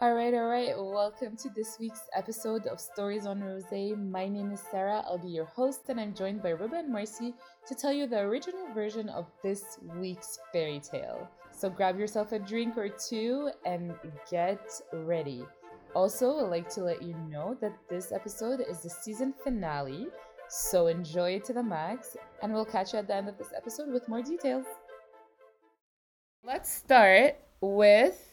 All right, all right. Welcome to this week's episode of Stories on Rosé. My name is Sarah. I'll be your host, and I'm joined by Ruba and Marcy to tell you the original version of this week's fairy tale. So grab yourself a drink or two and get ready. Also, I'd like to let you know that this episode is the season finale, so enjoy it to the max, and we'll catch you at the end of this episode with more details. Let's start with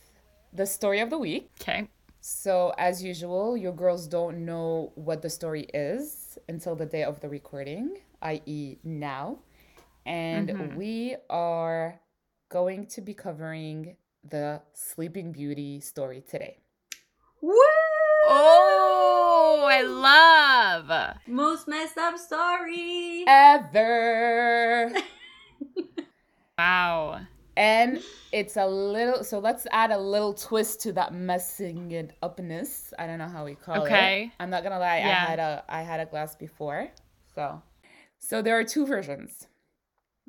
the story of the week. Okay. So, as usual, your girls don't know what the story is until the day of the recording, i.e., now. And Mm-hmm. we are going to be covering the Sleeping Beauty story today. Woo! Oh, I love. Most messed up story. Eh. Ever! Wow. and it's a little, so let's add a little twist to that messing it upness. I don't know how we call it. Okay. I'm not gonna lie, Yeah. I had a I had a glass before. So so there are two versions.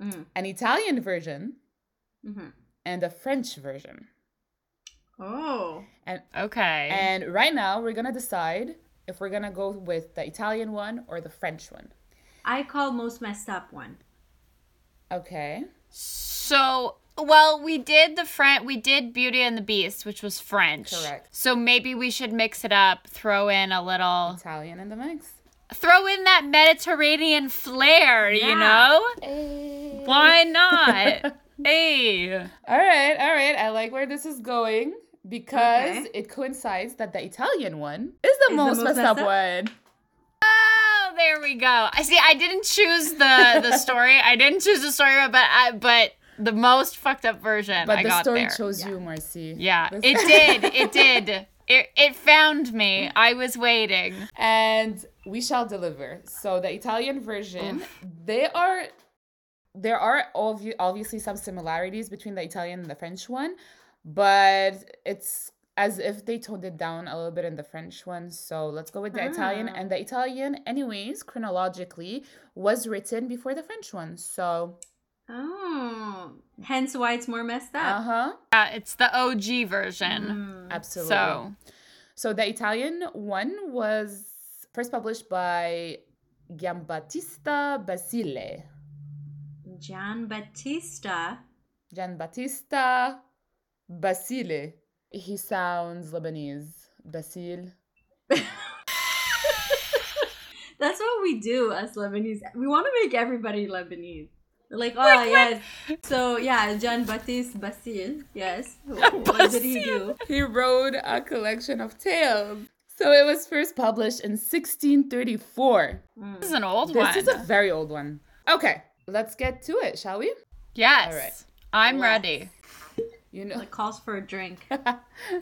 Mhm, An Italian version mhm. and a French version. Oh. Okay. And right now we're gonna decide if we're gonna go with the Italian one or the French one. I call most messed up one. Okay. so, well, we did the French, we did Beauty and the Beast, which was French. Correct. So maybe we should mix it up, throw in a little, Italian in the mix. throw in that Mediterranean flair, you Yeah. know? Hey. Why not? hey. All right, all right. I like where this is going because Okay. it coincides that the Italian one is the, the most, most messed, messed up, one. Oh, there we go. I see. I didn't choose the the story. I didn't choose the story, but I, but the most fucked up version. But I the got story there. chose you, Marcy. Yeah, This- it did. It did. It, it found me. I was waiting. and we shall deliver. So the Italian version, they are there are obvi- obviously some similarities between the Italian and the French one, but it's as if they toned it down a little bit in the French one. So let's go with the Italian. Ah. And the Italian, anyways, chronologically, was written before the French one. So, Oh. Hence why it's more messed uh up. huh. Uh, it's the OG version. Mm. Absolutely. So So the Italian one was first published by Giambattista Basile. Gian Battista. Gian Battista Basile. He sounds Lebanese. Basile. That's what we do as Lebanese. We want to make everybody Lebanese. Like, oh, yes. So, yeah, Gian Battista Basile. Yes. What did he do? He wrote a collection of tales. So it was first published in 1634. Mm. this is an old This one. is a very old one. Okay, let's get to it, shall we? yes. All right. I'm Yes. ready. You know, Like, calls for a drink.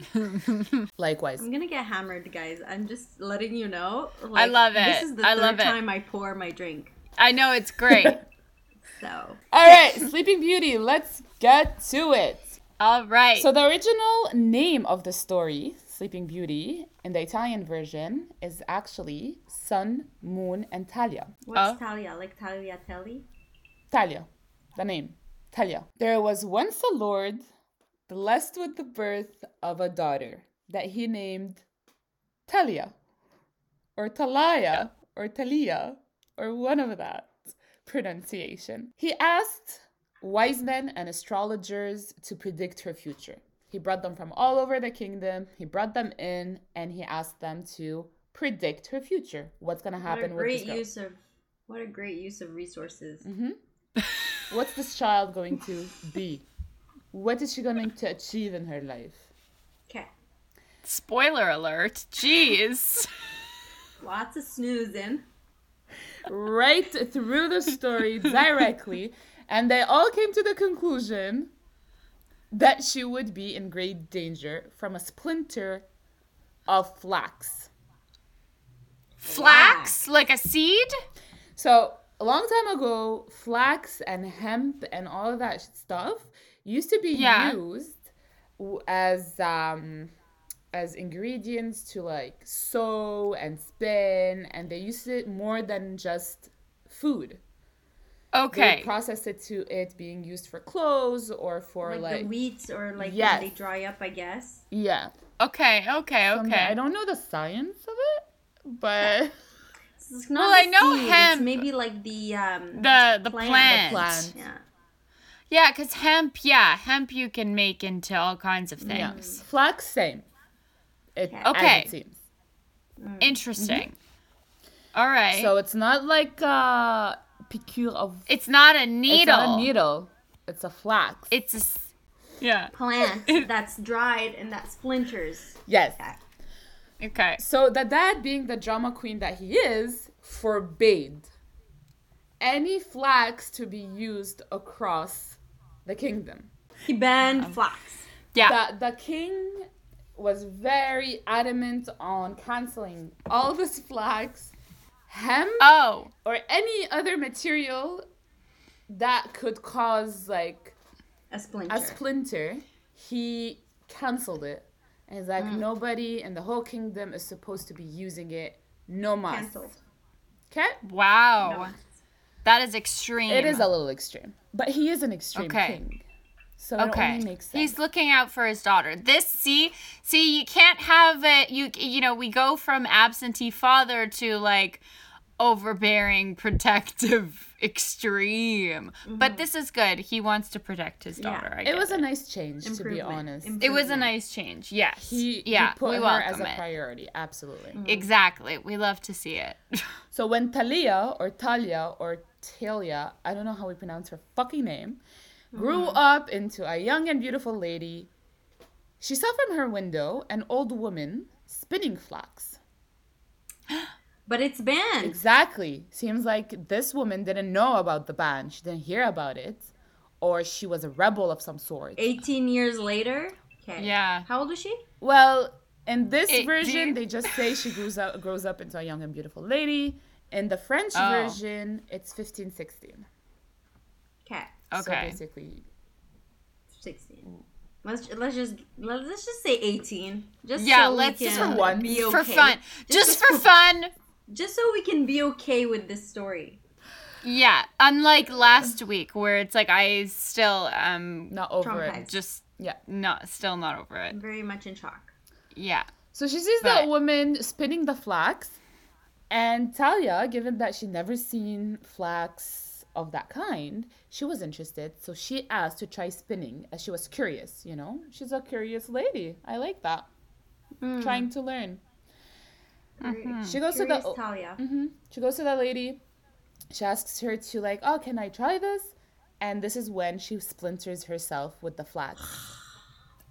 likewise. I'm gonna get hammered, guys. I'm just letting you know. I love This it. is the I third love it. time I pour my drink. I know it's great. So All right, Sleeping Beauty, let's get to it. All right. So the original name of the story, Sleeping Beauty, in the Italian version, is actually Sun, Moon, and Talia. what's Oh. Talia? Like Talia Telly? Talia, the name, Talia. There was once a lord blessed with the birth of a daughter that he named Talia, or Talia, or Talia, or one of that pronunciation. He asked wise men and astrologers to predict her future. He brought them from all over the kingdom, he brought them in, and he asked them to predict her future. What's going to What a happen with this great girl? use of what a great use of resources. What's this child going to be? What is she going to achieve in her life? Okay, Spoiler alert. Jeez. lots of snoozing. Right through the story directly, and they all came to the conclusion that she would be in great danger from a splinter of flax. Flax like a seed. So, a long time ago, flax and hemp and all of that stuff used to be Yeah. used w- as um as ingredients to like sew and spin and they used it more than just food. They Okay. process it to it being used for clothes or for Like, like, the wheats or like Yes. when they dry up, I guess. yeah. Okay. Okay. From there. I Okay. don't know the science of it, but It's not Well, I the know seed, it's hemp. Maybe like the um The the plant. plant. The plant. yeah. Yeah, cuz hemp, yeah, hemp you can make into all kinds of yeah. things. Flax same. It, Okay. As it seems. Interesting. All right. Mm-hmm. So it's not like a piqûre of it's not a It's needle. not a needle. It's a flax. It's a s- Yeah. Plant that's dried and that splinters. yes. Okay. So the dad, being the drama queen that he is, forbade any flax to be used across the kingdom. He banned flax. Yeah. The, the king was very adamant on canceling all this flax, hemp, Oh. or any other material that could cause like A splinter. a splinter, he canceled it. And he's Mm. like, nobody in the whole kingdom is supposed to be using it. No mas. Cancelled. Okay? Wow. That is extreme. It is a little extreme. But he is an extreme Okay. king. So it Okay. only makes sense. He's looking out for his daughter. This see see you can't have it you you know, we go from absentee father to like overbearing protective extreme. But this is good. He wants to protect his Yeah. daughter, I guess. Mm-hmm. it was a nice change, to be Improvement. honest. Im- It was a improvement. nice change. Yes. He, yeah, he put we her welcome as a it. Mm. priority. Absolutely. Exactly. We love to see it. So when Talia or Talia or Talia, I don't know how we pronounce her fucking name, grew Mm-hmm. up into a young and beautiful lady, she saw from her window an old woman spinning flax. But it's banned. Exactly. Seems like this woman didn't know about the ban. She didn't hear about it. Or she was a rebel of some sort. 18 years later. Okay. Yeah. How old is she? Well, in this It- do version, you- they just say she grows up, grows up into a young and beautiful lady. In the French Oh. version, it's 15, 16. Okay. So Okay. basically, 16. Let's let's just let, let's just say 18. Just Yeah, so let's- we just can for one. be okay. for fun. Just for fun. Just so we can be okay with this story. Yeah. Unlike last week where it's like I still um not over it. Traumatized. just Yeah. not still not over it. I'm very much in shock. Yeah. So she sees that But- woman spinning the flax, and Talia, given that she never seen flax of that kind, she was interested. So she asked to try spinning, as she was curious. You know, she's a curious lady. I like that. Hmm. Trying to learn. Mm-hmm. She goes to Curious the Talia. hmm She goes to that lady. She asks her to like, oh, can I try this? And this is when she splinters herself with the flax.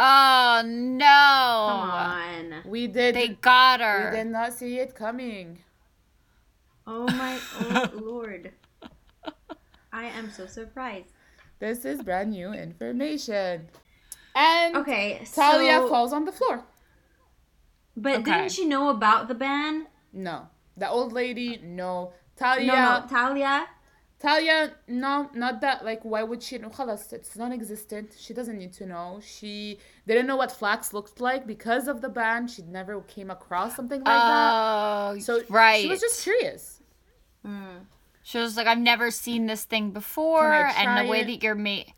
Oh no. Come on. We did. They got we did her. not see it coming. Oh my oh lord. I am so surprised. This is brand new information. And Okay, so Talia falls on the floor. but Okay. didn't she know about the ban? No. The old lady, no. Talia, No, no, Talia. Talia, no, not that. Like, why would she know? Khalas, It's non existent. She doesn't need to know. She didn't know what flax looked like because of the ban. She never came across something like that. Oh, So right. she was just curious. Mm. like, I've never seen this thing before, and try the way it? that you're made.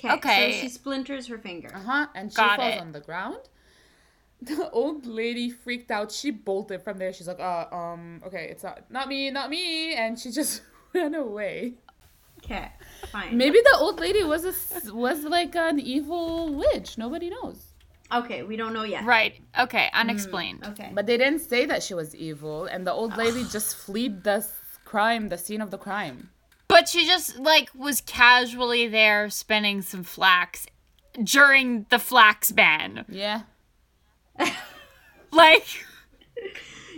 So Okay. she splinters her finger. Uh huh. And she Got falls it. on the ground. The old lady freaked out. She bolted from there. She's like, uh, um, okay, it's not, not me, not me. And she just ran away. Okay, fine. Maybe the old lady was a s was like an evil witch. Nobody knows. Okay, we don't know yet. Right. Okay. Hmm. Unexplained. Okay. But they didn't say that she was evil, and the old lady just fled the s- crime, the scene of the crime. But she just like was casually there spinning some flax during the flax ban. Yeah. Like,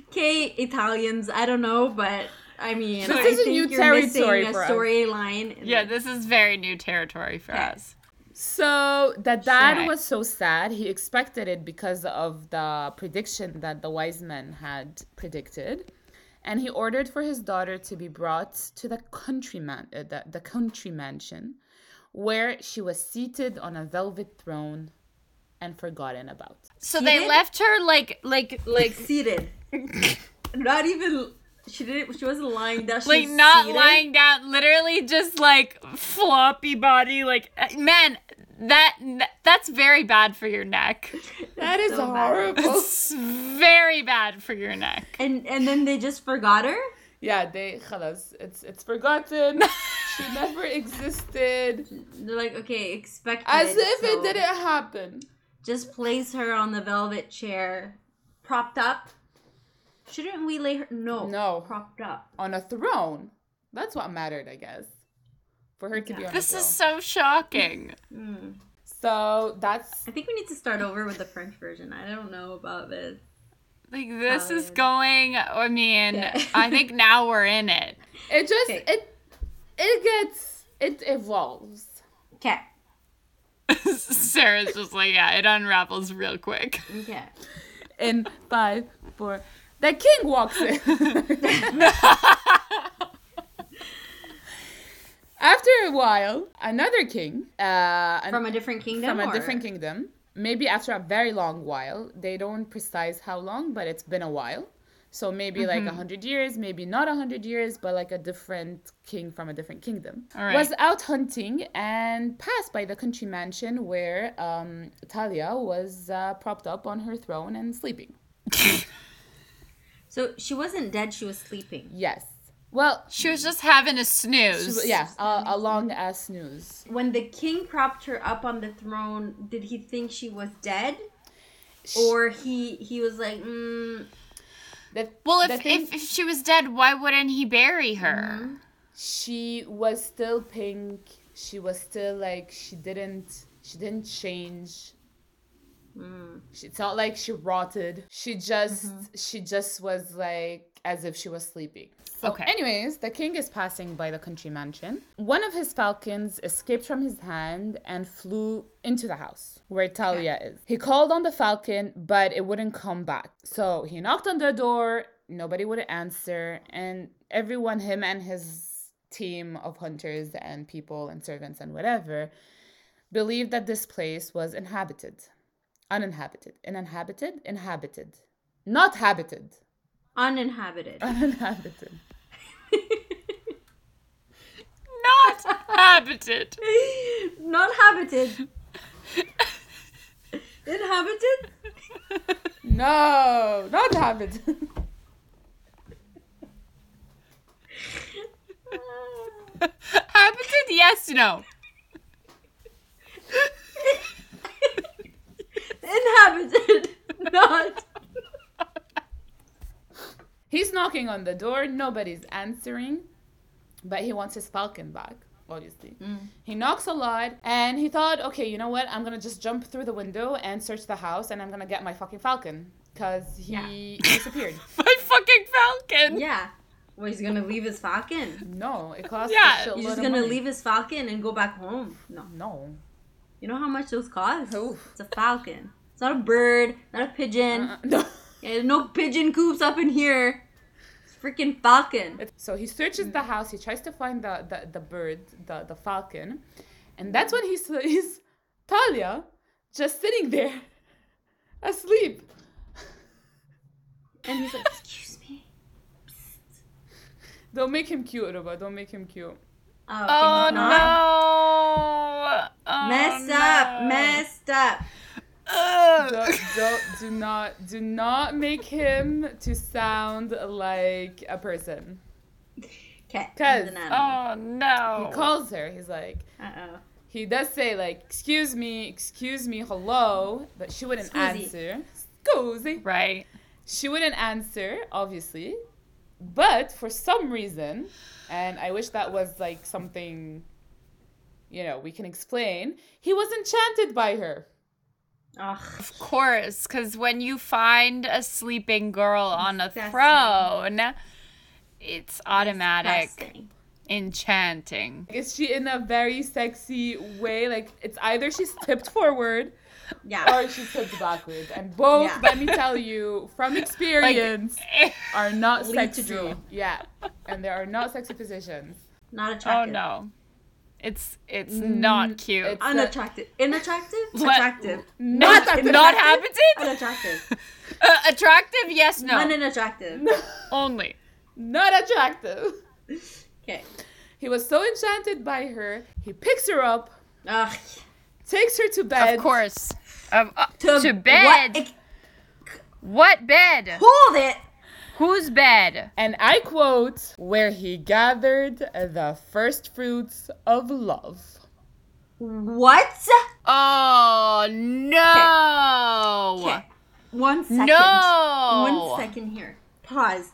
Okay, Italians, I don't know, but I mean, This I is a think new you're territory missing a for us. storyline. in yeah, this. this is very new territory for us. So the dad Sure. was so sad. He expected it because of the prediction that the wise men had predicted, and he ordered for his daughter to be brought to the country man, uh, the, the country mansion, where she was seated on a velvet throne, and forgotten about. So they did? left her like, like, like, seated. Not even She didn't. She wasn't lying down. She like was not seated. lying down, literally just like floppy body. Like uh, man, that that's very bad for your neck. That is so bad. horrible. It's very bad for your neck. And and then they just forgot her. yeah, they خلاص, it's it's forgotten. she never existed. They're like, okay, expect As if so it didn't happen. Just place her on the velvet chair, propped up. Shouldn't we lay her? No, No. propped up. On a throne. That's what mattered, I guess. For her to be on This a is throne. so shocking. Mm. So that's I think we need to start over with the French version. I don't know about this. Like this is Valid. going. I mean, Yeah. I think now we're in it. it just Okay. it it gets it evolves. Okay, Sarah's just like, yeah, it unravels real quick. okay. In five, four the king walks in. After a while, another king, uh, an- From a different kingdom. from a or- different kingdom. Maybe after a very long while. They don't precise how long, but it's been a while. So maybe like Mm-hmm. a hundred years, maybe not a hundred years, but like a different king from a different kingdom. All right. Was out hunting and passed by the country mansion where um, Talia was uh, propped up on her throne and sleeping. So she wasn't dead. She was sleeping. Yes. Well, She was just having a she snooze. was- yeah, a, a long ass snooze. When the king propped her up on the throne, did he think she was dead? Or he he was like, mm, The- Well, the if, thing- if if she was dead, why wouldn't he bury her? she was still pink she was still like she didn't she didn't change she, it's not like she rotted she just she just was like as if she was sleeping so Okay. anyways the king is passing by the country mansion one of his falcons escaped from his hand and flew into the house where talia is he called on the falcon but it wouldn't come back so he knocked on the door nobody would answer and everyone him and his team of hunters and people and servants and whatever believed that this place was inhabited uninhabited uninhabited inhabited not habited uninhabited. uninhabited Not habited. Not habited. Inhabited? no not habited habited? Yes, no. Inhabited. Not. he's knocking on the door nobody's answering but he wants his falcon back obviously Mm. he knocks a lot and he thought okay you know what i'm gonna just jump through the window and search the house and i'm gonna get my fucking falcon because he disappeared My fucking falcon. Yeah. Well, he's gonna leave his falcon. no it costs Yeah, a shitload He's just of gonna money. leave his falcon and go back home. No. no You know how much those cost? Oof. It's a falcon. It's not a bird, not a pigeon. Uh, no Yeah, there's no pigeon coops up in here. It's freaking falcon. So he searches the house. He tries to find the the, the bird, the the falcon, and that's when he sees Talia just sitting there, asleep. And he's like, excuse me. Don't make him cute, Ruba. Don't make him cute. Oh, okay, Oh he's no. not. Oh, Messed no. up. Messed up. Ugh. Don't, don't do not do not make him to sound like a person. Okay. Cause- Oh He no. calls her. He's like Uh oh. he does say like excuse me, excuse me, hello, but she wouldn't Scusi. answer. Scusi. right. She wouldn't answer, obviously. But for some reason, and I wish that was like something, you know, we can explain, he was enchanted by her. Ugh. Of course, because when you find a sleeping girl on a Disgusting. throne, it's automatic Disgusting. enchanting. Is she in a very sexy way? Like, it's either she's tipped forward Yeah. Oh, or she's tipped backwards. And both, Yeah. let me tell you, from experience, are not Lead to sexy. drool. Yeah. And they are not sexy positions. Not oh attractive. no. It's it's not cute. it's- Unattractive. Inattractive? What? Attractive. not not habited? Unattractive. Uh, attractive? Yes, no. Unattractive. Only. not attractive. Okay. He was so enchanted by her, he picks her up, Ugh. takes her to bed. Of course. Of, uh, to, what- bed. I- What bed? Hold it. Whose bed? And I quote, where he gathered the first fruits of love. What? Oh no! Okay. One second. No. One second here. Pause.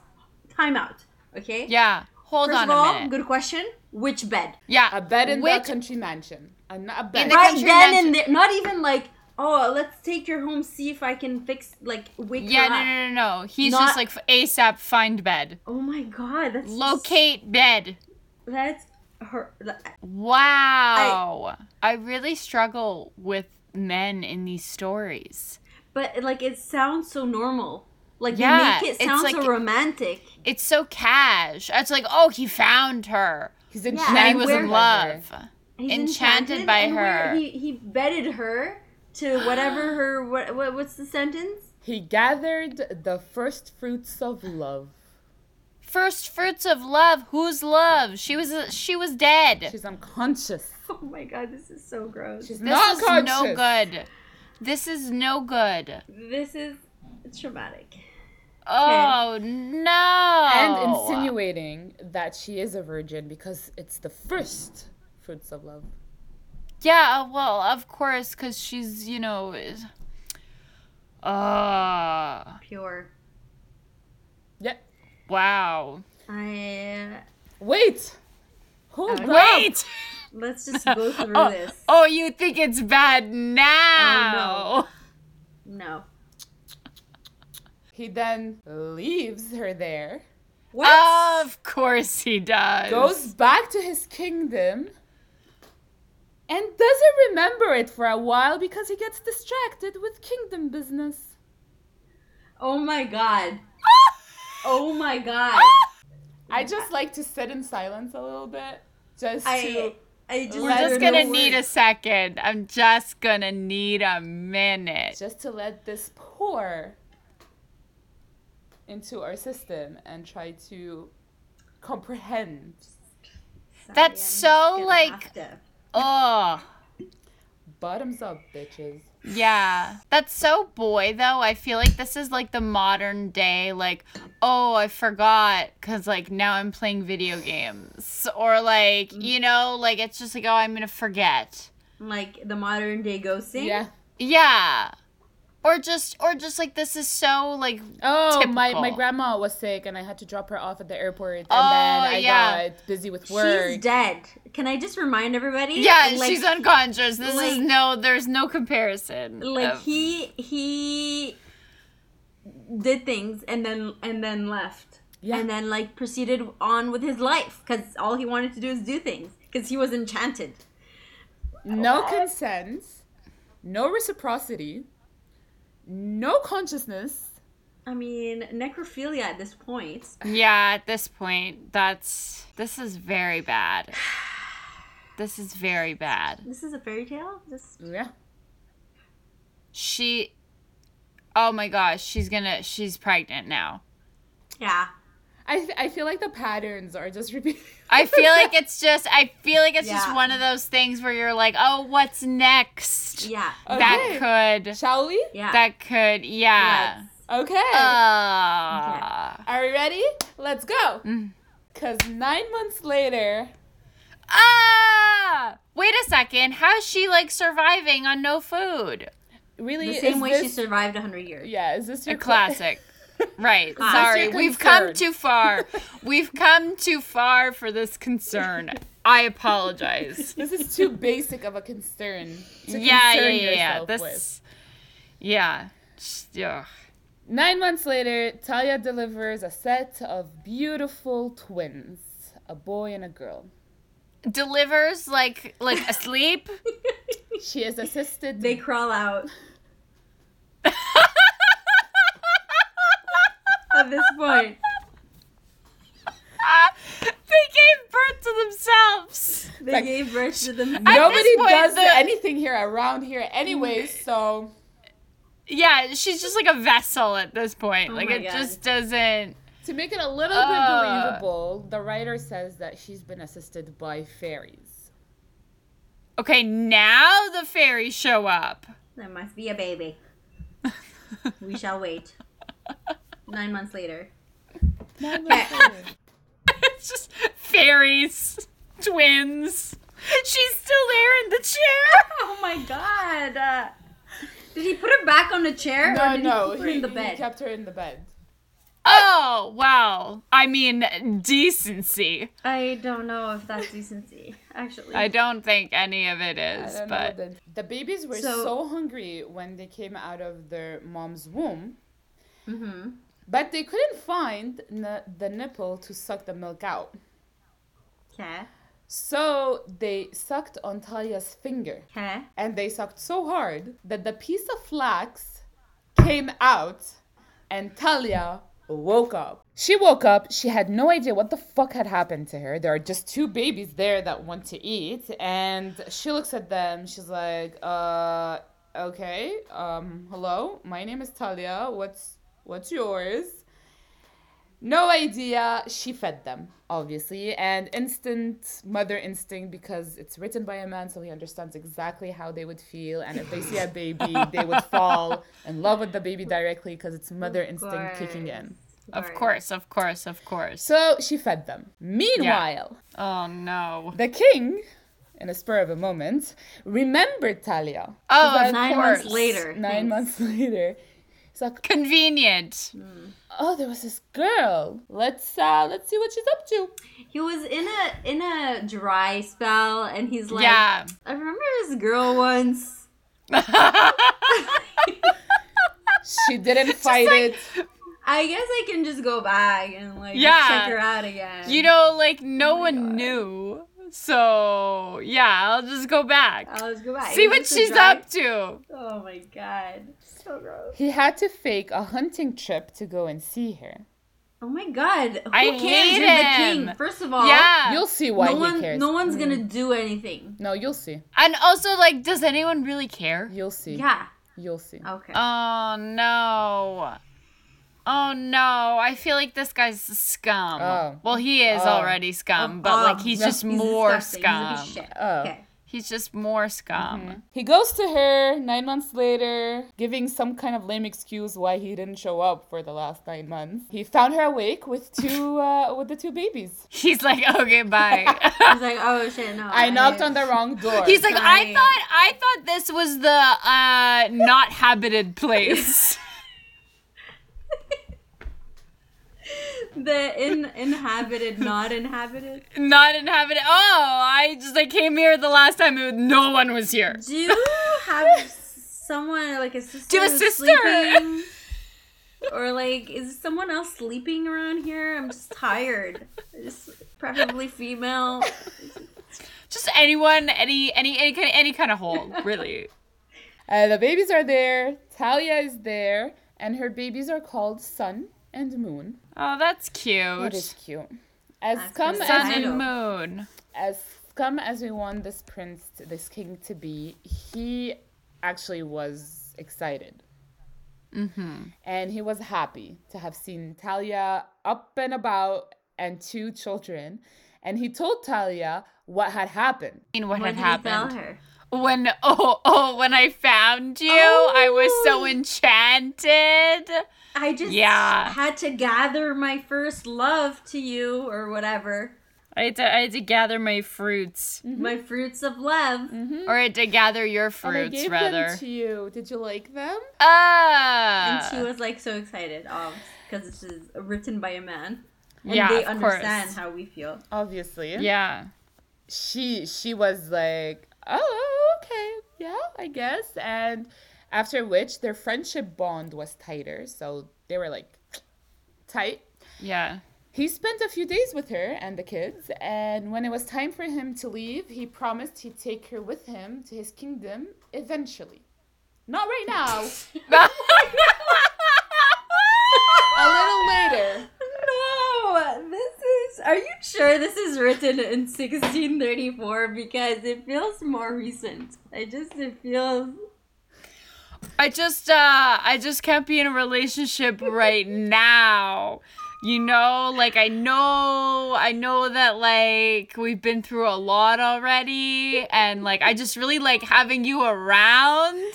Time out. Okay? Yeah. Hold First on of all, a minute. good question. Which bed? Yeah. A bed in the Which- country mansion. A, n- a bed. the right country then mansion. and there. Not even like, oh, let's take her home, see if I can fix, like, wake Yeah. her No. up. No. No. No. He's Not- just like ASAP. Find bed. Oh my god. That's Locate bed. That's her. Wow. I, really struggle with men in these stories. But, like, it sounds so normal. Like, Yeah, you make it's it sound so like- romantic. It's so cash. It's like, oh, he found her. He's and enchanted. And Yeah, he was by in her. love. He's Enchanted by and where her. He, he bedded her to whatever her what, what what's the sentence? He gathered the first fruits of love. First fruits of love. Whose love? She was she was dead. She's unconscious. Oh my god, this is so gross. She's this not is conscious. no good. This is no good. This is traumatic. Oh no! And insinuating that she is a virgin because it's the first fruits of love. Yeah, uh, well, of course, because she's you know, is- ah, Pure. Yeah. wow. I Wait. Hold Uh, on. Wait. let's just go through Oh, this. oh, you think it's bad now? No. He then leaves her there, What? Of course he does. goes back to his kingdom, and doesn't remember it for a while because he gets distracted with kingdom business. oh my god. Oh my god. I just like to sit in silence a little bit, just I to. I just We're Let just her don't gonna know need where- a second. I'm just gonna need a minute. just to let this pour into our system and try to comprehend. Sorry, That's I'm so, just gonna like- have to- Oh. Bottoms up, bitches. Yeah. That's so boy though. I feel like this is like the modern day like, oh, I forgot cuz like now I'm playing video games or like, Mm. you know, like it's just like, oh, I'm going to forget. like the modern day ghosting. Yeah. Yeah. Or just or just like this is so like Oh, my, my Typical. grandma was sick and I had to drop her off at the airport. And Oh, then I yeah. got busy with work. She's dead. Can I just remind everybody? yeah, And, like, she's unconscious. This is like- no there's no comparison. like of- he he did things and then and then left Yeah. and then like proceeded on with his life because all he wanted to do is do things because he was enchanted no consent, no reciprocity, no consciousness. i mean necrophilia at this point Yeah, at this point, that's this is very bad. This is very bad. this is a fairy tale this Yeah. She Oh my gosh, she's gonna she's pregnant now. yeah I, f- I feel like the patterns are just repeating. I feel like it's just I feel like it's Yeah. just one of those things where you're like, "Oh, what's next?" yeah Uh, That could Shall we? yeah that could yeah. Uh, Yes. Okay. Ah. Are we ready? Let's go. mm. Because nine months later, Ah! Wait a second. How is she like surviving on no food? really, the same is way this, she survived 100 years Yeah, is this A your cla- classic. Right. Ah. Sorry. That's your We've come concern. too far. We've come too far for this concern. I apologize. this is too basic of a concern. To yeah, yeah, concern yeah, yeah. yourself This with. Yeah. Just- Yeah. Nine months later, Talia delivers a set of beautiful twins, a boy and a girl. Delivers like like asleep. She is assisted. they crawl out at this point Ah, they gave birth to themselves. they Like- gave birth to them Nobody this point, does the- anything here around here, anyway. So Yeah, she's just like a vessel at this point. Oh like my it God. just doesn't To make it a little Uh. bit believable, the writer says that she's been assisted by fairies. Okay, now the fairies show up. There must be a baby. we shall wait. Nine months later. It's just fairies, twins. She's still there in the chair. Oh my god! Uh, did he put her back on the chair? or no, did no, he keep her he, in the he bed. kept her in the bed. Oh, wow. I mean, decency. I don't know if that's decency, actually. I don't think any of it I is, don't know, but. the, the babies were So- so, hungry when they came out of their mom's womb, mm-hmm. but they couldn't find n- the nipple to suck the milk out. Okay. So they sucked on Talia's finger, Okay. and they sucked so hard that the piece of flax came out, and Talia woke up. She woke up. She had no idea what the fuck had happened to her. There are just two babies there that want to eat, and she looks at them. She's like, "Uh, okay. Um, hello. My name is Talia. What's what's yours?" No idea. She fed them, obviously, and instant mother instinct because it's written by a man, so he understands exactly how they would feel. And if they see a baby, they would fall in love with the baby directly because it's mother instinct kicking in. Of course, of course, of course. So she fed them. Meanwhile, Oh no. the king, in a spur of a moment, remembered Talia. Oh, of Nine course. months later. Nine months later, it's like, Convenient. oh, there was this girl. Let's uh, let's see what she's up to. He was in a in a dry spell, and he's like, yeah. I remember this girl once. She didn't fight it. I guess I can just go back and like Yeah. check her out again. You know, like no one knew. So yeah, I'll just go back. I'll just go back. See It what was just a she's dry- up to. Oh my god, so gross. He had to fake a hunting trip to go and see her. Oh my god, who I cares? hate You're the him. king. First of all, yeah. You'll see why no he one, cares. Mm. no one's gonna do anything. No, you'll see. and also, like, does anyone really care? You'll see. Yeah. You'll see. Okay. Oh no. Oh no. I feel like this guy's a scum. Oh. Well, he is Oh. already scum, Um, Um, but like he's Oh, just more scum. He's a piece of shit. Oh. Okay. He's just more scum. He goes to her nine months later, giving some kind of lame excuse why he didn't show up for the last nine months. He found her awake with two uh, with the two babies. He's like, okay, bye. He's like, oh shit, no. I knocked on the wrong door. He's like, I Right. thought I thought this was the uh not habited place. the in- inhabited, not inhabited. not inhabited. Oh, I just like came here the last time it, no one was here. Do you have someone like a sister? Do you have a who's sister? sleeping? Or like, is someone else sleeping around here? I'm just tired. Just preferably female. Just anyone, any any any kind any kind of hole, really. Uh, the babies are there. Talia is there, and her babies are called Sun and Moon. Oh, that's That cute. is cute. As That's come the as Sun I and know. moon. as scum as we want this prince, to, this king to be, he actually was excited. Mm-hmm. And he was happy to have seen Talia up and about and two children. And he told Talia what had happened. I mean, what What had did happened? you tell her? When oh oh when I found you, I was so enchanted. I just Yeah. had to gather my first love to you or whatever. I had to I had to gather my fruits, My fruits of love. or I had to gather your And I fruits gave rather. them to you. Did you like them? Ah. And she was like so excited, because this is written by a man. And Yeah, they of course. understand how we feel. Obviously. yeah. she she was like, "Oh, okay, yeah, I guess." And after which, their friendship bond was tighter, so they were like tight. Yeah. He spent a few days with her and the kids, and when it was time for him to leave, he promised he'd take her with him to his kingdom eventually. Not right now, a little later. No, this is. Are you sure this is written in 1634? Because it feels more recent. I just it feels. I just uh I just can't be in a relationship right now. you know like i know i know that like we've been through a lot already and like i just really like having you around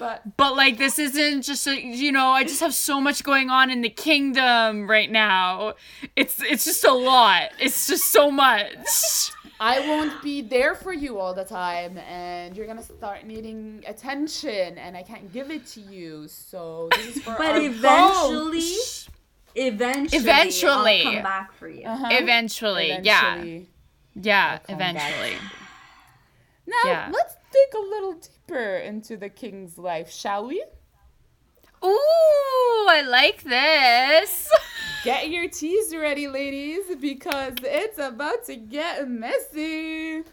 But but like this isn't just a, you know i just have so much going on in the kingdom right now it's it's just a lot it's just so much I won't be there for you all the time, and you're gonna start needing attention, and I can't give it to you. So this is for But our goal. Oh, eventually, eventually, Eventually. I'll come back for you. Uh-huh. eventually, yeah Eventually. yeah come back. eventually Now Yeah. let's dig a little deeper into the king's life, shall we? ooh i like this Get your teas ready, ladies, because it's about to get messy.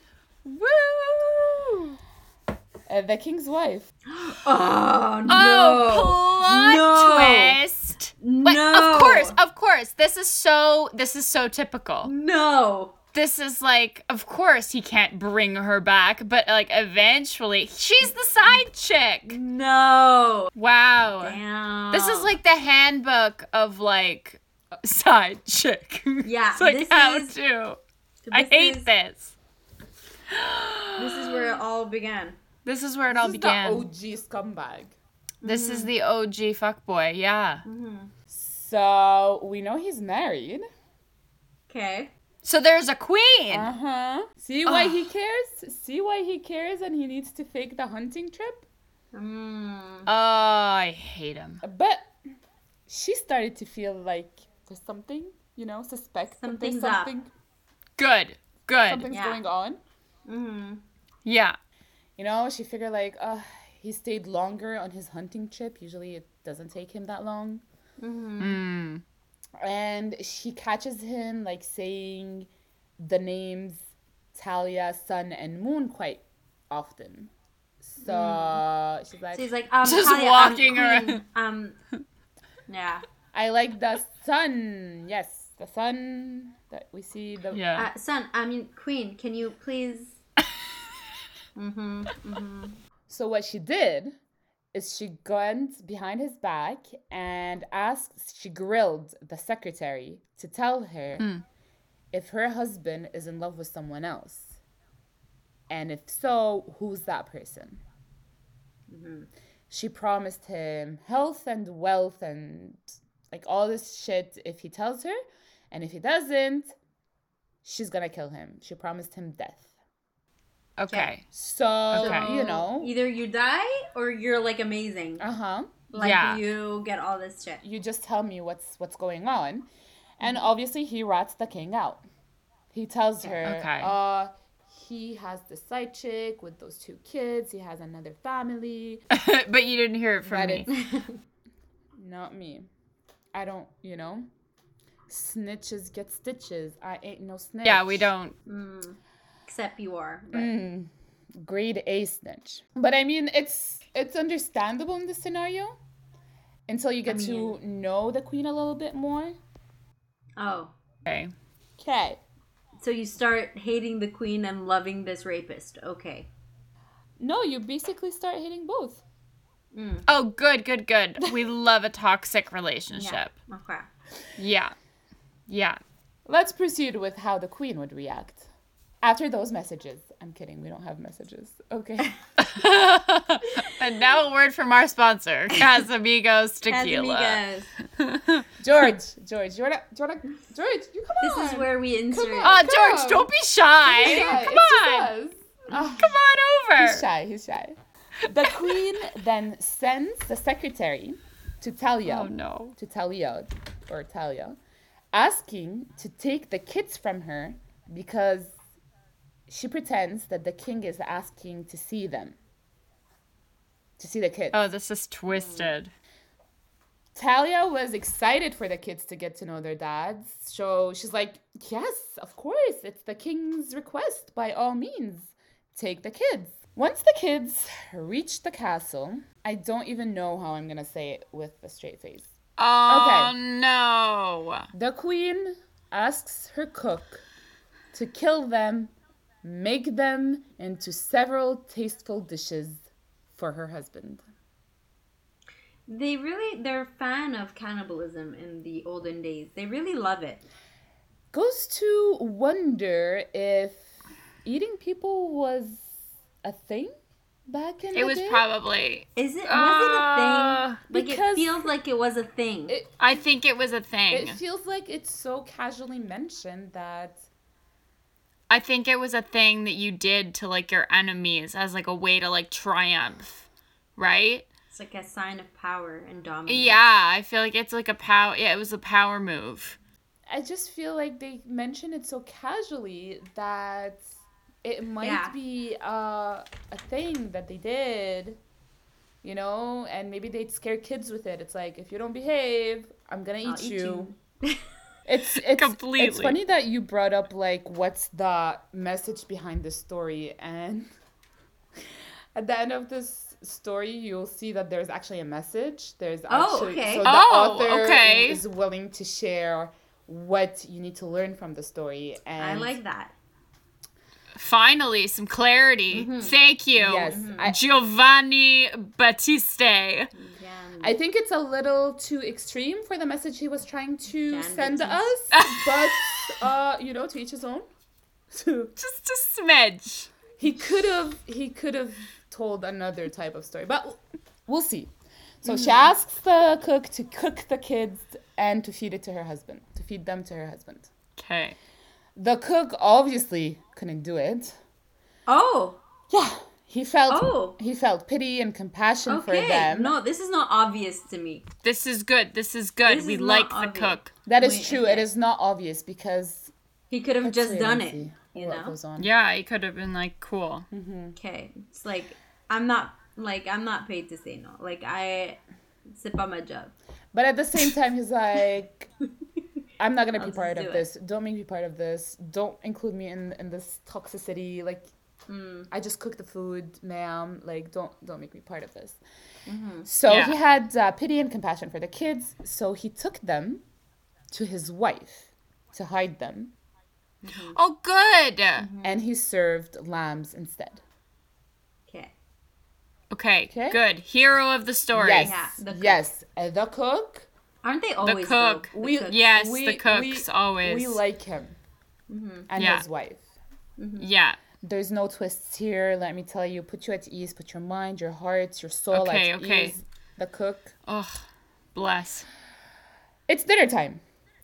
Woo! Uh, the king's wife. Oh no! Oh, plot no. twist! But No. of course, of course, this is so this is so typical. No. This is like, of course, he can't bring her back, but like eventually, she's the side chick. No. Wow, Damn. this is like the handbook of like side chick. Yeah, it's like this how is- to. This I hate is, this. This is where it all began. This is where it all This is began. the OG scumbag. This is the OG fuckboy. Yeah. Mm-hmm. So we know he's married. Okay. So there's a queen. Uh huh. See Ah. why Ugh. he cares? See why he cares and he needs to fake the hunting trip? Mm. Oh, I hate him. But she started to feel like there's something, you know, suspect that there's Something's up. something, Good. Good. something's Yeah. going on. Mm-hmm. Yeah. You know, she figured like, uh, he stayed longer on his hunting trip. Usually it doesn't take him that long. Mm-hmm. Mm. And she catches him like saying the names Talia, Sun, and Moon quite often. So she's like, So he's like, um, Just Talia, walking um, queen, around. Um, yeah. I like the sun. Yes, the sun that we see. The Yeah. Uh, son, I mean, queen, can you please? mm-hmm. So what she did is she went behind his back and asked. She grilled the secretary to tell her if her husband is in love with someone else, and if so, who's that person? She promised him health and wealth and like all this shit if he tells her, and if he doesn't, she's gonna kill him. She promised him death. Ah, okay. So Okay. you know, um, Either you die or you're like amazing. uh huh. Like Yeah. you get all this shit. You just tell me what's what's going on, and obviously he rats the king out. He tells her, Okay. uh, he has the side chick with those two kids. He has another family. but you didn't hear it from But me. it's not me. I don't, you know. Snitches get stitches. I ain't no snitch. Yeah, we don't. Mm. Except you are. But Mm. grade A snitch. But I mean, it's it's understandable in this scenario until you get to know the queen a little bit more. Oh. Okay. Okay. So you start hating the queen and loving this rapist. Okay. No, you basically start hitting both. Oh, good, good, good. We love a toxic relationship. Okay. Yeah. Yeah. Let's proceed with how the queen would react after those messages. I'm kidding. We don't have messages. Okay. and now a word from our sponsor, Casamigos uh, Tequila. Casamigos. George, George, you wanna, do you wanna, George, you come This on. is where we insert. on. Oh, Come on. George, don't be shy. Yeah, it's Come just on. us. Ah. Come on He's over. shy. He's shy. The queen then sends the secretary to Talia, Oh, no. to Talia, or Talia, asking to take the kids from her because she pretends that the king is asking to see them, to see the kids. Oh, this is twisted. Talia was excited for the kids to get to know their dads. So she's like, Yes, of course, it's the king's request. By all means, take the kids. Once the kids reach the castle, I don't even know how I'm going to say it with a straight face. Oh, Okay. no. The queen asks her cook to kill them, make them into several tasteful dishes for her husband. they really they're a fan of cannibalism in the olden days. They really love it. Goes to wonder if eating people was a thing back in It the was day? probably. Is it was Uh, it a thing? Like because- it feels like it was a thing. It- I think it was a thing. It feels like it's so casually mentioned that I think it was a thing that you did to like your enemies as like a way to like triumph, right? it's like a sign of power and dominance. Yeah, I feel like it's like a power. Yeah, it was a power move. I just feel like they mention it so casually that it might Yeah. be uh, a thing that they did, you know, and maybe they'd scare kids with it. It's like if you don't behave, I'm gonna eat, I'll you. It's it's It's Completely. funny that you brought up like what's the message behind the story, and at the end of this story, you'll see that there's actually a message. There's Oh, actually okay. so the Oh, author okay. is willing to share what you need to learn from the story, and I like that. Finally, some clarity. Thank you, Yes, I- Giovanni Battiste. Yeah. I think it's a little too extreme for the message he was trying to Jan send Batiste. us, but uh, you know, to each his own. Just a smidge. he could have he could have told another type of story, but we'll see. So she Mm. asks the cook to cook the kids and to feed it to her husband, to feed them to her husband. Okay. The cook obviously couldn't do it. Oh, Yeah, he felt Oh. he felt pity and compassion for okay. them. No, this is not obvious to me. This is good. This is good. This we is not like the obvious. cook. that is Wait, true. It okay. is not obvious because He could have just Wait done and it. see You what know. goes on. Yeah, he could have been like cool. Okay. It's like I'm not like I'm not paid to say no. Like I sit by my job. But at the same time, he's like, I'm not gonna be I'll just part do of it. this. Don't make me part of this. Don't include me in in this toxicity. Like, Mm. I just cook the food, ma'am. Like, don't don't make me part of this. Mm-hmm. So Yeah. he had uh, pity and compassion for the kids. So he took them to his wife to hide them, Oh, good. Mm. and he served lambs instead. Okay. Okay, Okay. good. Hero of the story. Yes, Yeah, the cook. yes, uh, the cook. Aren't they always cook. though? The We- cook. Yes, the cooks always. We like him Mm-hmm. and Yeah. his wife. Yeah. There's no twists here. Let me tell you, put you at ease, put your mind, your heart, your soul Okay, at okay. ease. The cook. Oh, bless. It's dinner time.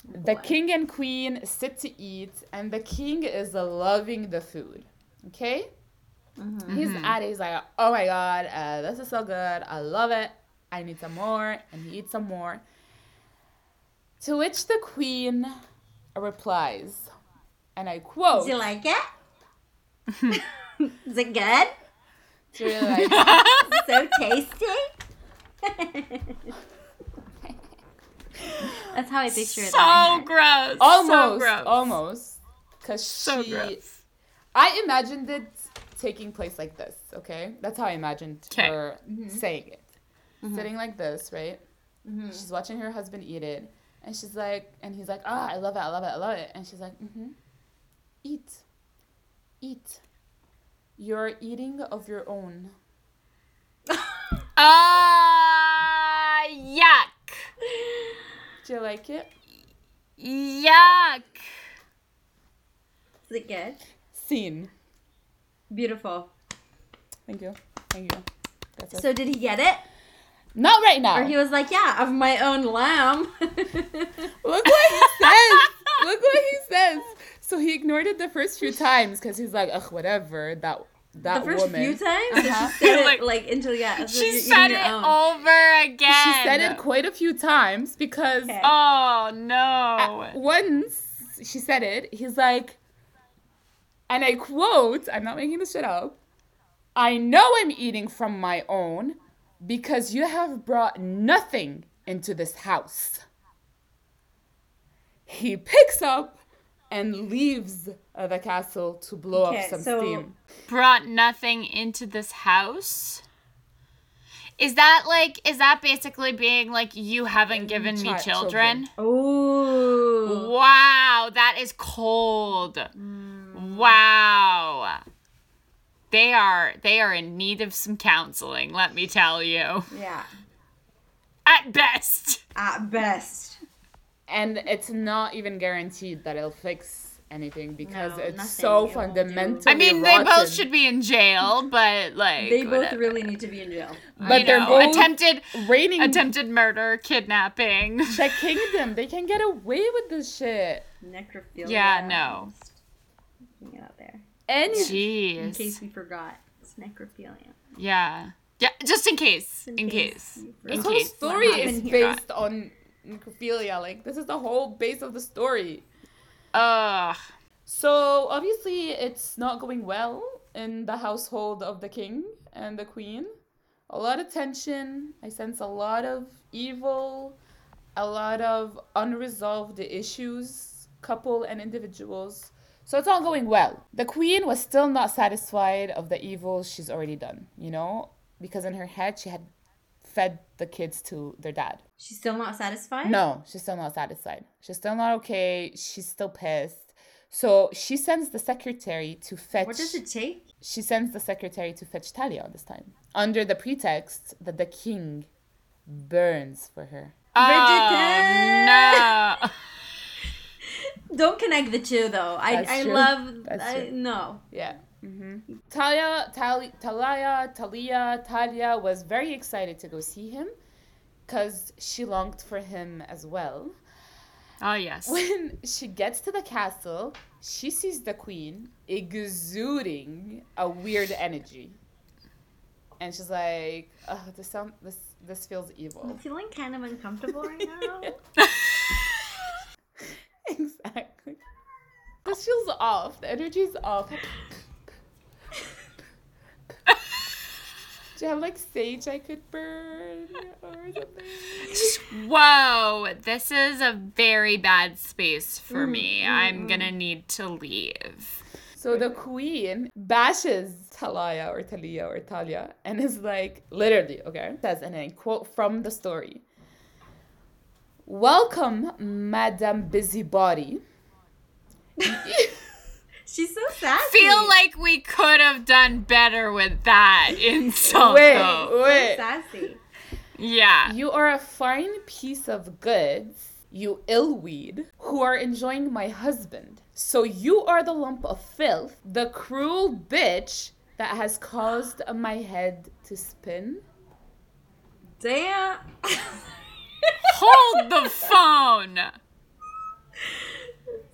The Boy. king and queen sit to eat, and the king is loving the food. Okay? He's Mm-hmm. at it. He's like, oh my god, uh, this is so good. I love it. I need some more. And he eats some more. To which the queen replies, and I quote, Do you like it? is it good? to her, like, So tasty. That's how I picture it. in my So head. gross. so almost, gross. almost, because So she. gross. I imagined it taking place like this. Okay, that's how I imagined 'Kay. her saying it, sitting like this, right? She's watching her husband eat it, and she's like, and he's like, ah, I love it, I love it, I love it, and she's like, mm-hmm. eat, eat. You're eating of your own. Ah, yuck. Do you like it? Yuck. Is it good? Scene. Beautiful. Thank you. Thank you. That's it. So did he get it? Not right now. Or he was like, yeah, of my own lamb. Look what he says. Look what he says. So he ignored it the first few times because he's like, ugh, whatever. That the that first woman. few times, so Uh-huh. she said Like- it like until yeah. so She you're said eating it your own. over again. she said it quite a few times because Okay. Oh no. once she said it, he's like, and I quote, I'm not making this shit up. I know I'm eating from my own because you have brought nothing into this house. He picks up and leaves uh, the castle to blow Okay, up some so- steam. Brought nothing into this house. Is that like is that basically being like you haven't given me Chi- children? Ooh. Wow, that is cold. Wow. They are they are in need of some counseling, let me tell you. Yeah. at best. at best. and it's not even guaranteed that it'll fix anything because No, it's nothing. It so won't do. fundamental. I mean, they both should be in jail, but like They both whatever. really need to be in jail. But You they're know, both attempted raining attempted murder, kidnapping. the kingdom. They can get away with this shit. Necrophilia. Yeah, no. Just putting it out there. Any In Jeez. case we forgot, it's necrophilia. Yeah. Yeah, just in case. In, case. you forgot. this In whole case. story What is happened here? based on necrophilia. Like this is the whole base of the story. Ugh. So obviously, it's not going well in the household of the king and the queen. A lot of tension. I sense a lot of evil, a lot of unresolved issues, couple and individuals. So it's not going well. The queen was still not satisfied of the evil she's already done, you know, because in her head she had fed the kids to their dad. She's still not satisfied? No, she's still not satisfied. She's still not okay. She's still pissed. So she sends the secretary to fetch. What does it take? She sends the secretary to fetch Talia this time, under the pretext that the king burns for her. Bridgerton! Oh, no. Don't connect the two though. I, That's I true. love. That's I, true. no. Yeah. Mm-hmm. Talia, Tal- Talia, Talia, Talia was very excited to go see him, cause she longed for him as well. Oh yes. When she gets to the castle, she sees the queen exuding a weird energy. And she's like, oh, this sound this this feels I'm evil. feeling kind of uncomfortable right now. exactly. This feels off. The energy's off. Do you have like sage I could burn or something? Whoa, this is a very bad space for me. I'm gonna need to leave. So the queen bashes Talia or Talia or Talia and is like, literally, okay, says, and I quote from the story Welcome, Madame Busybody. She's so sad. Feel like we could have done better with that insult. Wait, though. wait. sassy. Yeah. You are a fine piece of goods, you illweed, who are enjoying my husband. So you are the lump of filth, the cruel bitch that has caused my head to spin. Damn. Hold the phone.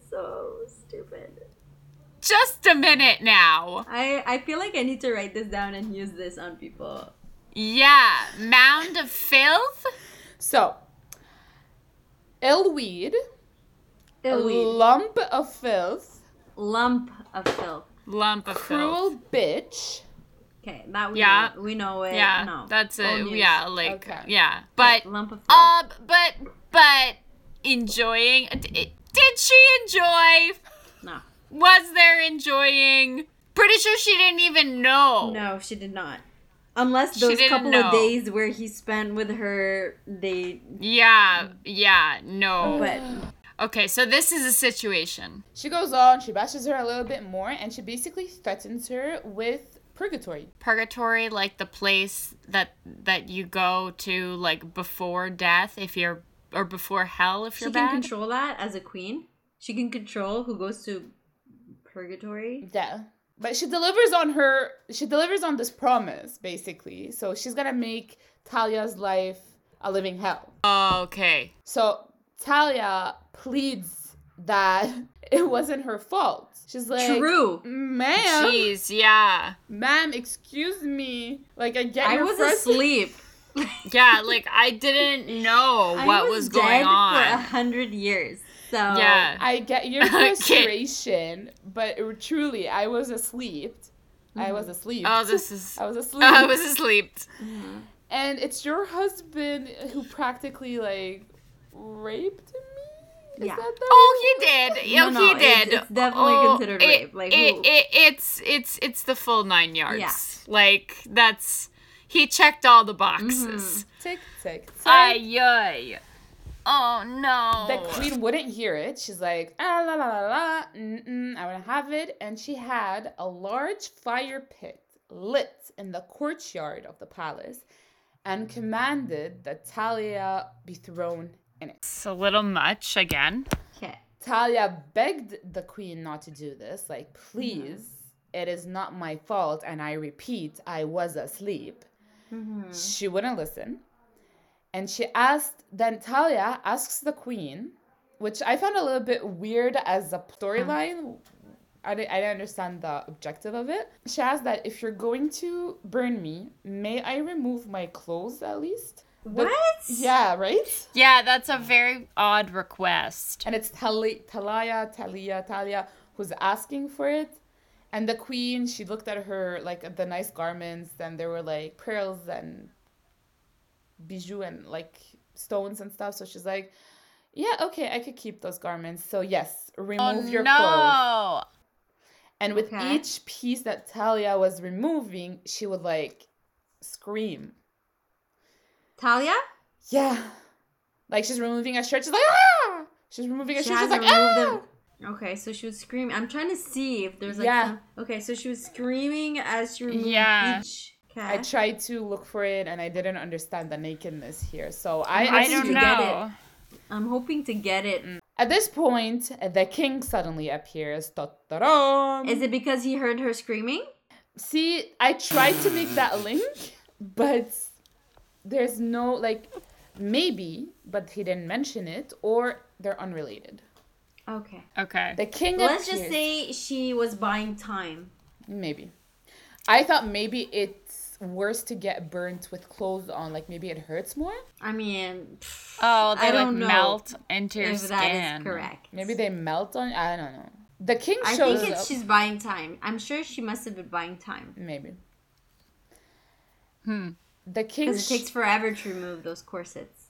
so stupid. Just a minute now. I I feel like I need to write this down and use this on people. Yeah. Mound of filth? So, illweed, Illweed. lump of filth, Lump of filth. Lump of filth. cruel bitch. Okay, that we Yeah. know. we know it. Yeah. no. That's Old it. news. Yeah, like Okay. yeah. But Lump of filth. Uh, but but enjoying. d- Did she enjoy? no. Was there enjoying? Pretty sure she didn't even know. No, she did not. Unless She those didn't couple know. of days where he spent with her, they. Yeah, yeah, no. But Oh. okay, so this is a situation. She goes on, she bashes her a little bit more, and she basically threatens her with purgatory. Purgatory, like the place that that you go to, like before death, if you're or before hell, if she you're can bad. control that as a queen. She can control who goes to purgatory. Yeah. But she delivers on her she delivers on this promise, basically. So she's gonna make Talia's life a living hell. Oh, okay. So Talia pleads that it wasn't her fault. She's like True. Ma'am, Jeez, yeah, ma'am, excuse me. Like I get I your was frust- asleep. yeah. Like I didn't know I what was, going dead for a on. hundred years. So Yeah, I get your Okay. frustration, but uh, truly, I was asleep. I was asleep. Oh, this is. I was asleep. I was asleep. and it's your husband who practically like raped me. Is Yeah. that that? Oh, he did. No, oh, no, he it's- did. it's definitely Oh, considered it- rape. Like, it, who- it, it's it's it's the full nine yards. Yeah. Like that's he checked all the boxes. Tick tick. tick. Ay Mm-hmm. ay. Oh no. the queen wouldn't hear it. She's like, ah, la la la la. Mm-mm, I want to have it. And she had a large fire pit lit in the courtyard of the palace, and commanded that Talia be thrown in it. It's a little much again. Okay. Talia begged the queen not to do this, like, please, it is not my fault, and I repeat, I was asleep. She wouldn't listen. And she asked, then Talia asks the queen, which I found a little bit weird as a storyline. I didn't, I didn't understand the objective of it. She asked that if you're going to burn me, may I remove my clothes at least? The- What? yeah, right? Yeah, that's a very odd request. And it's Tali- Talia, Talia, Talia who's asking for it. And the queen, she looked at her, like, at the nice garments, and there were, like, pearls and bijou and, like, stones and stuff. So she's like, yeah, okay, I could keep those garments. So, yes, remove oh your clothes. no! And with Okay. each piece that Talia was removing, she would, like, scream. Talia? Yeah. Like, she's removing a shirt. She's like, ah! She's removing a She shirt. She's hasn't like, removed ah! them. Okay, so she was screaming. I'm trying to see if there's like Yeah. some. Okay, so she was screaming as she removed Yeah. each. Okay. I tried to look for it and I didn't understand the nakedness here. So I, I did don't you get know. I'm hoping to get it. Mm. Is At this point, the king suddenly appears. Ta-ta-dum. it because he heard her screaming? See, I tried to make that link, but there's no like maybe, but he didn't mention it, or they're unrelated. Okay. Okay. The king Let's appears. just say she was buying time. maybe. I thought maybe it's worse to get burnt with clothes on, like maybe it hurts more. I mean, pff, Oh, I they like don't know melt into your if skin. that is correct. Maybe they melt on. I don't know. The king I shows think up. it's, she's buying time. I'm sure she must have been buying time Maybe. Hmm. The king. because sh- it takes forever to remove those corsets.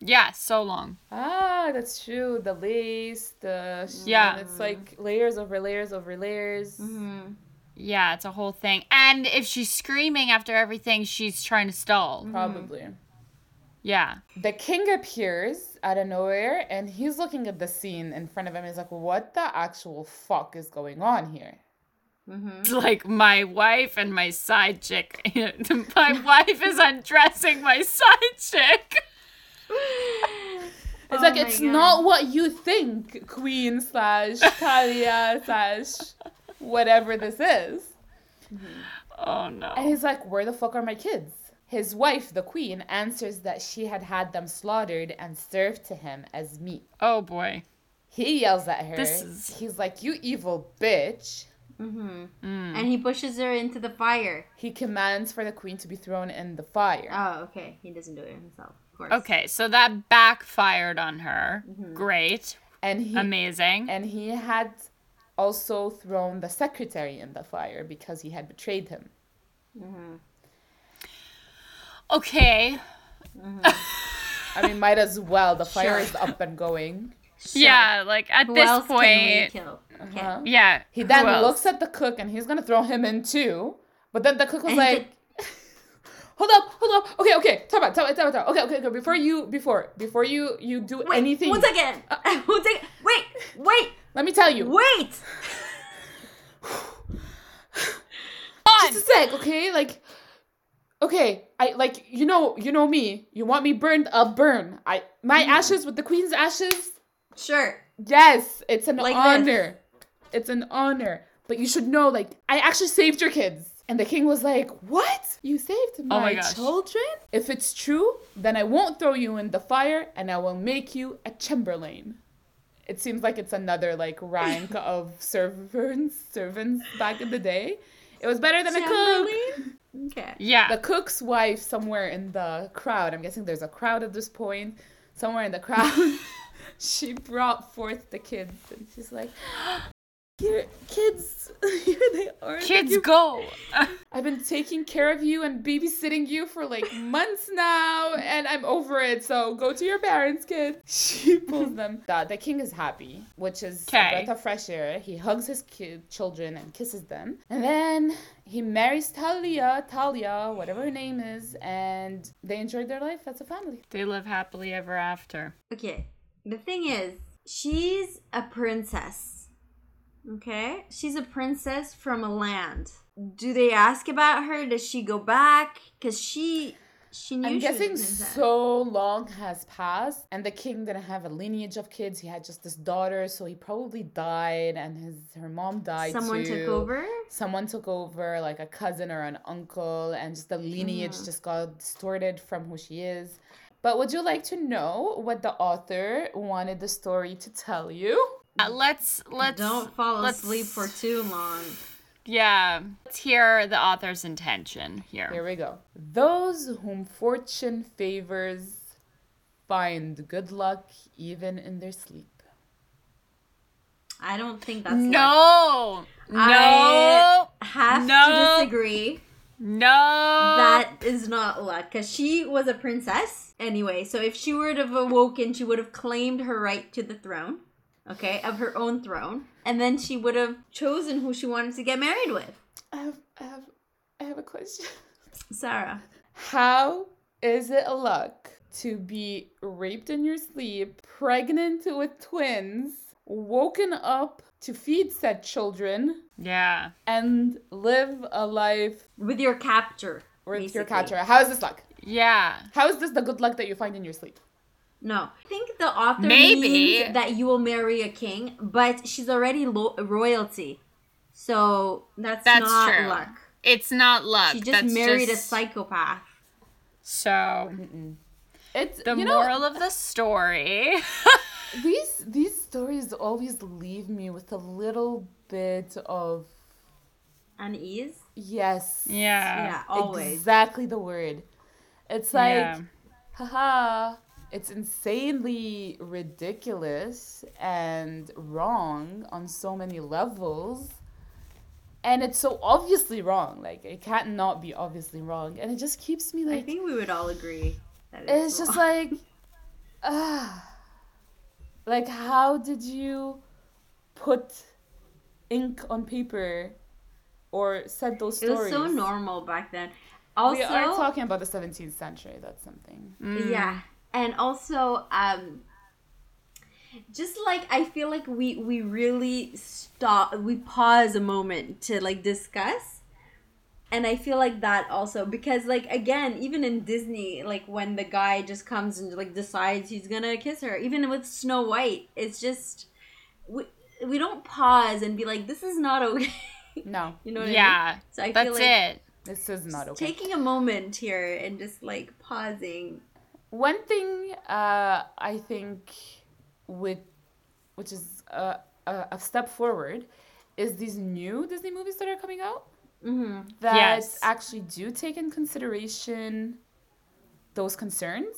Yeah, so long. ah, that's true. The lace, the sh- Yeah. and It's like layers over layers over layers. Mm. Yeah, it's a whole thing. And if she's screaming after everything, she's trying to stall. Probably. Yeah. The king appears out of nowhere, and he's looking at the scene in front of him. He's like, "What the actual fuck is going on here?" It's like my wife and my side chick. my wife is undressing my side chick. It's Oh like my it's God. not what you think, Queen slash Talia slash whatever this is. Oh no. And he's like, Where the fuck are my kids? His wife, the queen, answers that she had had them slaughtered and served to him as meat. oh boy. He yells at her. This is- He's like, You evil bitch. Mm-hmm. Mm. And he pushes her into the fire. He commands for the queen to be thrown in the fire. Oh, okay. He doesn't do it himself, of course. Okay, so that backfired on her. Mm-hmm. Great. and he Amazing. and he had also thrown the secretary in the fire because he had betrayed him. Okay. I mean, might as well. The fire is up and going. So, Yeah, like at Who this else can we point. Uh-huh. kill? Okay. Huh? Yeah. He who then else? looks at the cook and he's gonna throw him in too. But then the cook was And he like, "Hold up, hold up. Okay, okay. Time out, time out, time out, time out. Okay, okay, okay. Before you, before, before you, you do Wait, anything. Uh, Once again. Once again. Wait, wait, Let me tell you. wait. on. Just a sec, okay? Like, okay. I like you know, you know me. You want me burned? I'll burn. I my Mm-hmm. ashes with the queen's ashes. Sure. Yes, it's an Like honor. It's an honor. But you should know, like, I actually saved your kids. And the king was like, What? You saved my, Oh my gosh. children? If it's true, then I won't throw you in the fire and I will make you a chamberlain. It seems like it's another like rank of servants servants back in the day. It was better than a cook. Okay. Yeah. The cook's wife somewhere in the crowd. I'm guessing there's a crowd at this point. Somewhere in the crowd, she brought forth the kids, and she's like, "Here, kids, here they are. Kids You- go. I've been taking care of you and babysitting you for like months now, and I'm over it. So go to your parents, kids." She pulls them. The, the king is happy, which is a 'Kay. breath of fresh air. He hugs his kid, children and kisses them, and then he marries Talia, Talia, whatever her name is, and they enjoy their life as a family. they live happily ever after. Okay. The thing is, she's a princess. Okay? She's a princess from a land. Do they ask about her? Does she go back? Because she She knew I'm she was guessing a princess. so long has passed, and the king didn't have a lineage of kids. He had just this daughter, so he probably died, and his her mom died. Someone too. took over. Someone took over, like a cousin or an uncle, and just the lineage Mhm. just got distorted from who she is. But would you like to know what the author wanted the story to tell you? Uh, let's let's Don't fall let's- asleep for too long. yeah. Let's hear the author's intention Here here. we go. Those whom fortune favors find good luck even in their sleep. I don't think that's luck. No, no, I have No. to disagree. no. That is not luck, cause she was a princess anyway. So if she would have awoken, she would have claimed her right to the throne, okay, of her own throne, and then she would have chosen who she wanted to get married with. I have I have I have a question. Sarah. How is it luck to be raped in your sleep, pregnant with twins, woken up to feed said children, yeah. and live a life with your captor. with your basically. catcher? How is this luck? Yeah. How is this the good luck that you find in your sleep? No, I think the author Maybe. means that you will marry a king, but she's already lo- royalty, so that's, That's not true. luck. It's not luck. She just That's married a just- psychopath. So It's the you know, moral of the story. these these stories always leave me with a little bit of Unease. yes yeah. yeah, always. exactly the word it's like Yeah. haha it's insanely ridiculous and wrong on so many levels and it's so obviously wrong like it can't not be obviously wrong and it just keeps me I like think we would all agree. That it's just wrong. like ah like how did you put ink on paper or said those it stories was so normal back then. Also, mm. we are talking about the 17th century that's something yeah, and also, um, just like I feel like we we really stop, we pause a moment to like discuss and I feel like that also because like again, even in Disney, like when the guy just comes and like decides he's gonna kiss her, even with Snow White, it's just we we don't pause and be like, this is not okay. no you know what I Yeah. mean? So I That's feel like it. this is not okay taking a moment here and just like pausing. one thing uh, I think with which is a, a, a step forward is these new Disney movies that are coming out Mm-hmm. that Yes. actually do take in consideration those concerns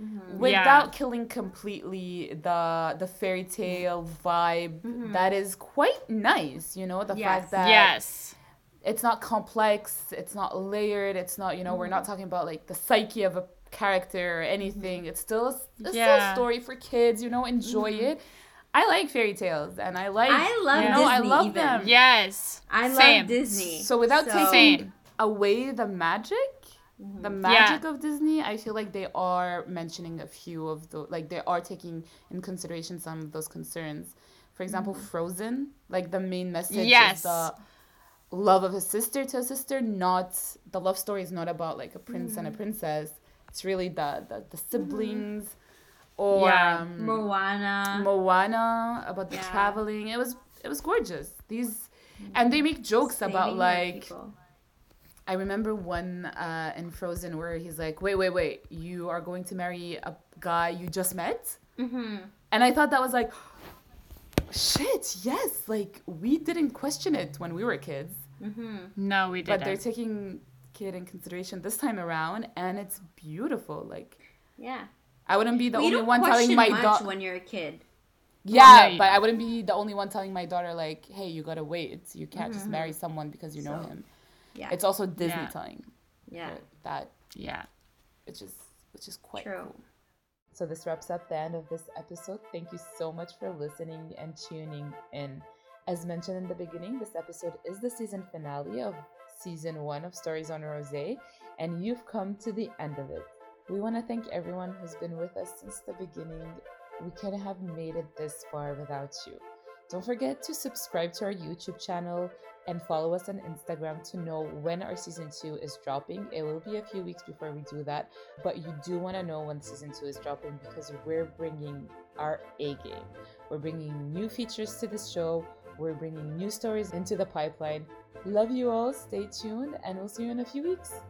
Mm-hmm. without killing completely the the fairy tale vibe that is quite nice you know the Yes. fact that Yes. it's not complex it's not layered it's not you know we're not Mm-hmm. talking about like the psyche of a character or anything it's still a, it's still Yeah. a story for kids you know enjoy it i like fairy tales and i like Mm-hmm. I love you know i Disney love even. them Yes. I love Same. Disney. so without taking Same. away the magic the magic of disney i feel like they are mentioning a few of the like they are taking in consideration some of those concerns for example frozen like the main message Yes. is the love of a sister to a sister not the love story is not about like a prince and a princess it's really the the, the siblings or Yeah. um, Moana. Moana about the Yeah. Mm. traveling. It was it was gorgeous. These and they make jokes saving about the like people. I remember one uh, in Frozen where he's like, "Wait, wait, wait! You are going to marry a guy you just met," Mm-hmm. and I thought that was like, "Shit, yes!" Like we didn't question it when we were kids, Mm-hmm. No, we but didn't. they're taking kid in consideration this time around, and it's beautiful. Like yeah. I wouldn't be the We only don't one telling question my much daughter. when you're a kid. Yeah, you but I don't. wouldn't be the only one telling my daughter like, "Hey, you gotta wait. You can't just marry someone because you know So, him." Yeah. It's also Disney Yeah. telling yeah. her that, yeah. which is which is quite True. cool. So this wraps up the end of this episode. Thank you so much for listening and tuning in. As mentioned in the beginning, this episode is the season finale of season one of Stories on Rosé, and you've come to the end of it. We want to thank everyone who's been with us since the beginning. We couldn't have made it this far without you. Don't forget to subscribe to our YouTube channel, and follow us on Instagram to know when our season two is dropping. It will be a few weeks before we do that, but you do want to know when season two is dropping because we're bringing our A game. We're bringing new features to the show, we're bringing new stories into the pipeline. Love you all, stay tuned, and we'll see you in a few weeks.